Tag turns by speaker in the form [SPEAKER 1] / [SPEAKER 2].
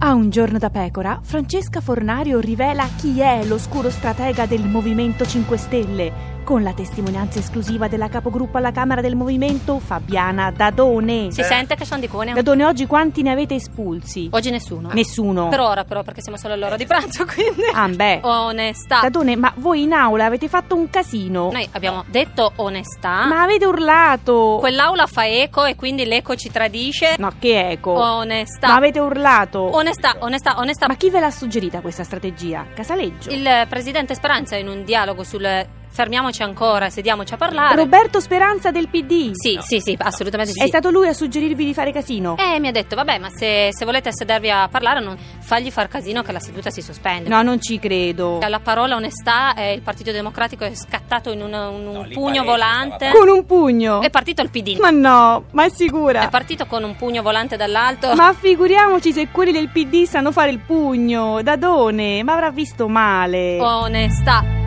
[SPEAKER 1] A Un giorno da pecora, Francesca Fornario rivela chi è l'oscuro stratega del Movimento 5 Stelle, con la testimonianza esclusiva della capogruppo alla Camera del Movimento, Fabiana Dadone.
[SPEAKER 2] Si sente che sono di Cuneo?
[SPEAKER 1] Dadone, oggi quanti ne avete espulsi?
[SPEAKER 2] Oggi nessuno.
[SPEAKER 1] Nessuno.
[SPEAKER 2] Per ora però, Oh, perché siamo solo all'ora di pranzo, quindi...
[SPEAKER 1] Ah, beh.
[SPEAKER 2] Onestà.
[SPEAKER 1] Dadone, ma voi in aula avete fatto un casino.
[SPEAKER 2] Noi abbiamo detto onestà.
[SPEAKER 1] Ma avete urlato.
[SPEAKER 2] Quell'aula fa eco e quindi l'eco ci tradisce.
[SPEAKER 1] No, che eco.
[SPEAKER 2] Oh, Onestà.
[SPEAKER 1] Ma avete urlato.
[SPEAKER 2] Onestà, onestà, onestà.
[SPEAKER 1] Ma chi ve l'ha suggerita questa strategia? Casaleggio.
[SPEAKER 2] Il presidente Speranza in un dialogo sul fermiamoci ancora, sediamoci a parlare.
[SPEAKER 1] Roberto Speranza del PD.
[SPEAKER 2] Sì, sì, sì, assolutamente sì.
[SPEAKER 1] È stato lui a suggerirvi di fare casino.
[SPEAKER 2] E mi ha detto, vabbè, ma se, se volete sedervi a parlare, non fagli far casino che la seduta si sospende.
[SPEAKER 1] No, non ci credo.
[SPEAKER 2] Alla parola onestà, eh, il Partito Democratico è scattato in un, un- un
[SPEAKER 3] No, lì
[SPEAKER 2] pugno
[SPEAKER 3] palese,
[SPEAKER 2] volante.
[SPEAKER 3] stava
[SPEAKER 1] Con un pugno.
[SPEAKER 2] È partito il PD.
[SPEAKER 1] Ma no, ma è
[SPEAKER 2] È
[SPEAKER 1] sicura.
[SPEAKER 2] partito con un pugno volante dall'alto.
[SPEAKER 1] Ma figuriamoci se quelli del PD sanno fare il pugno. Dadone, ma avrà visto male.
[SPEAKER 2] Onestà.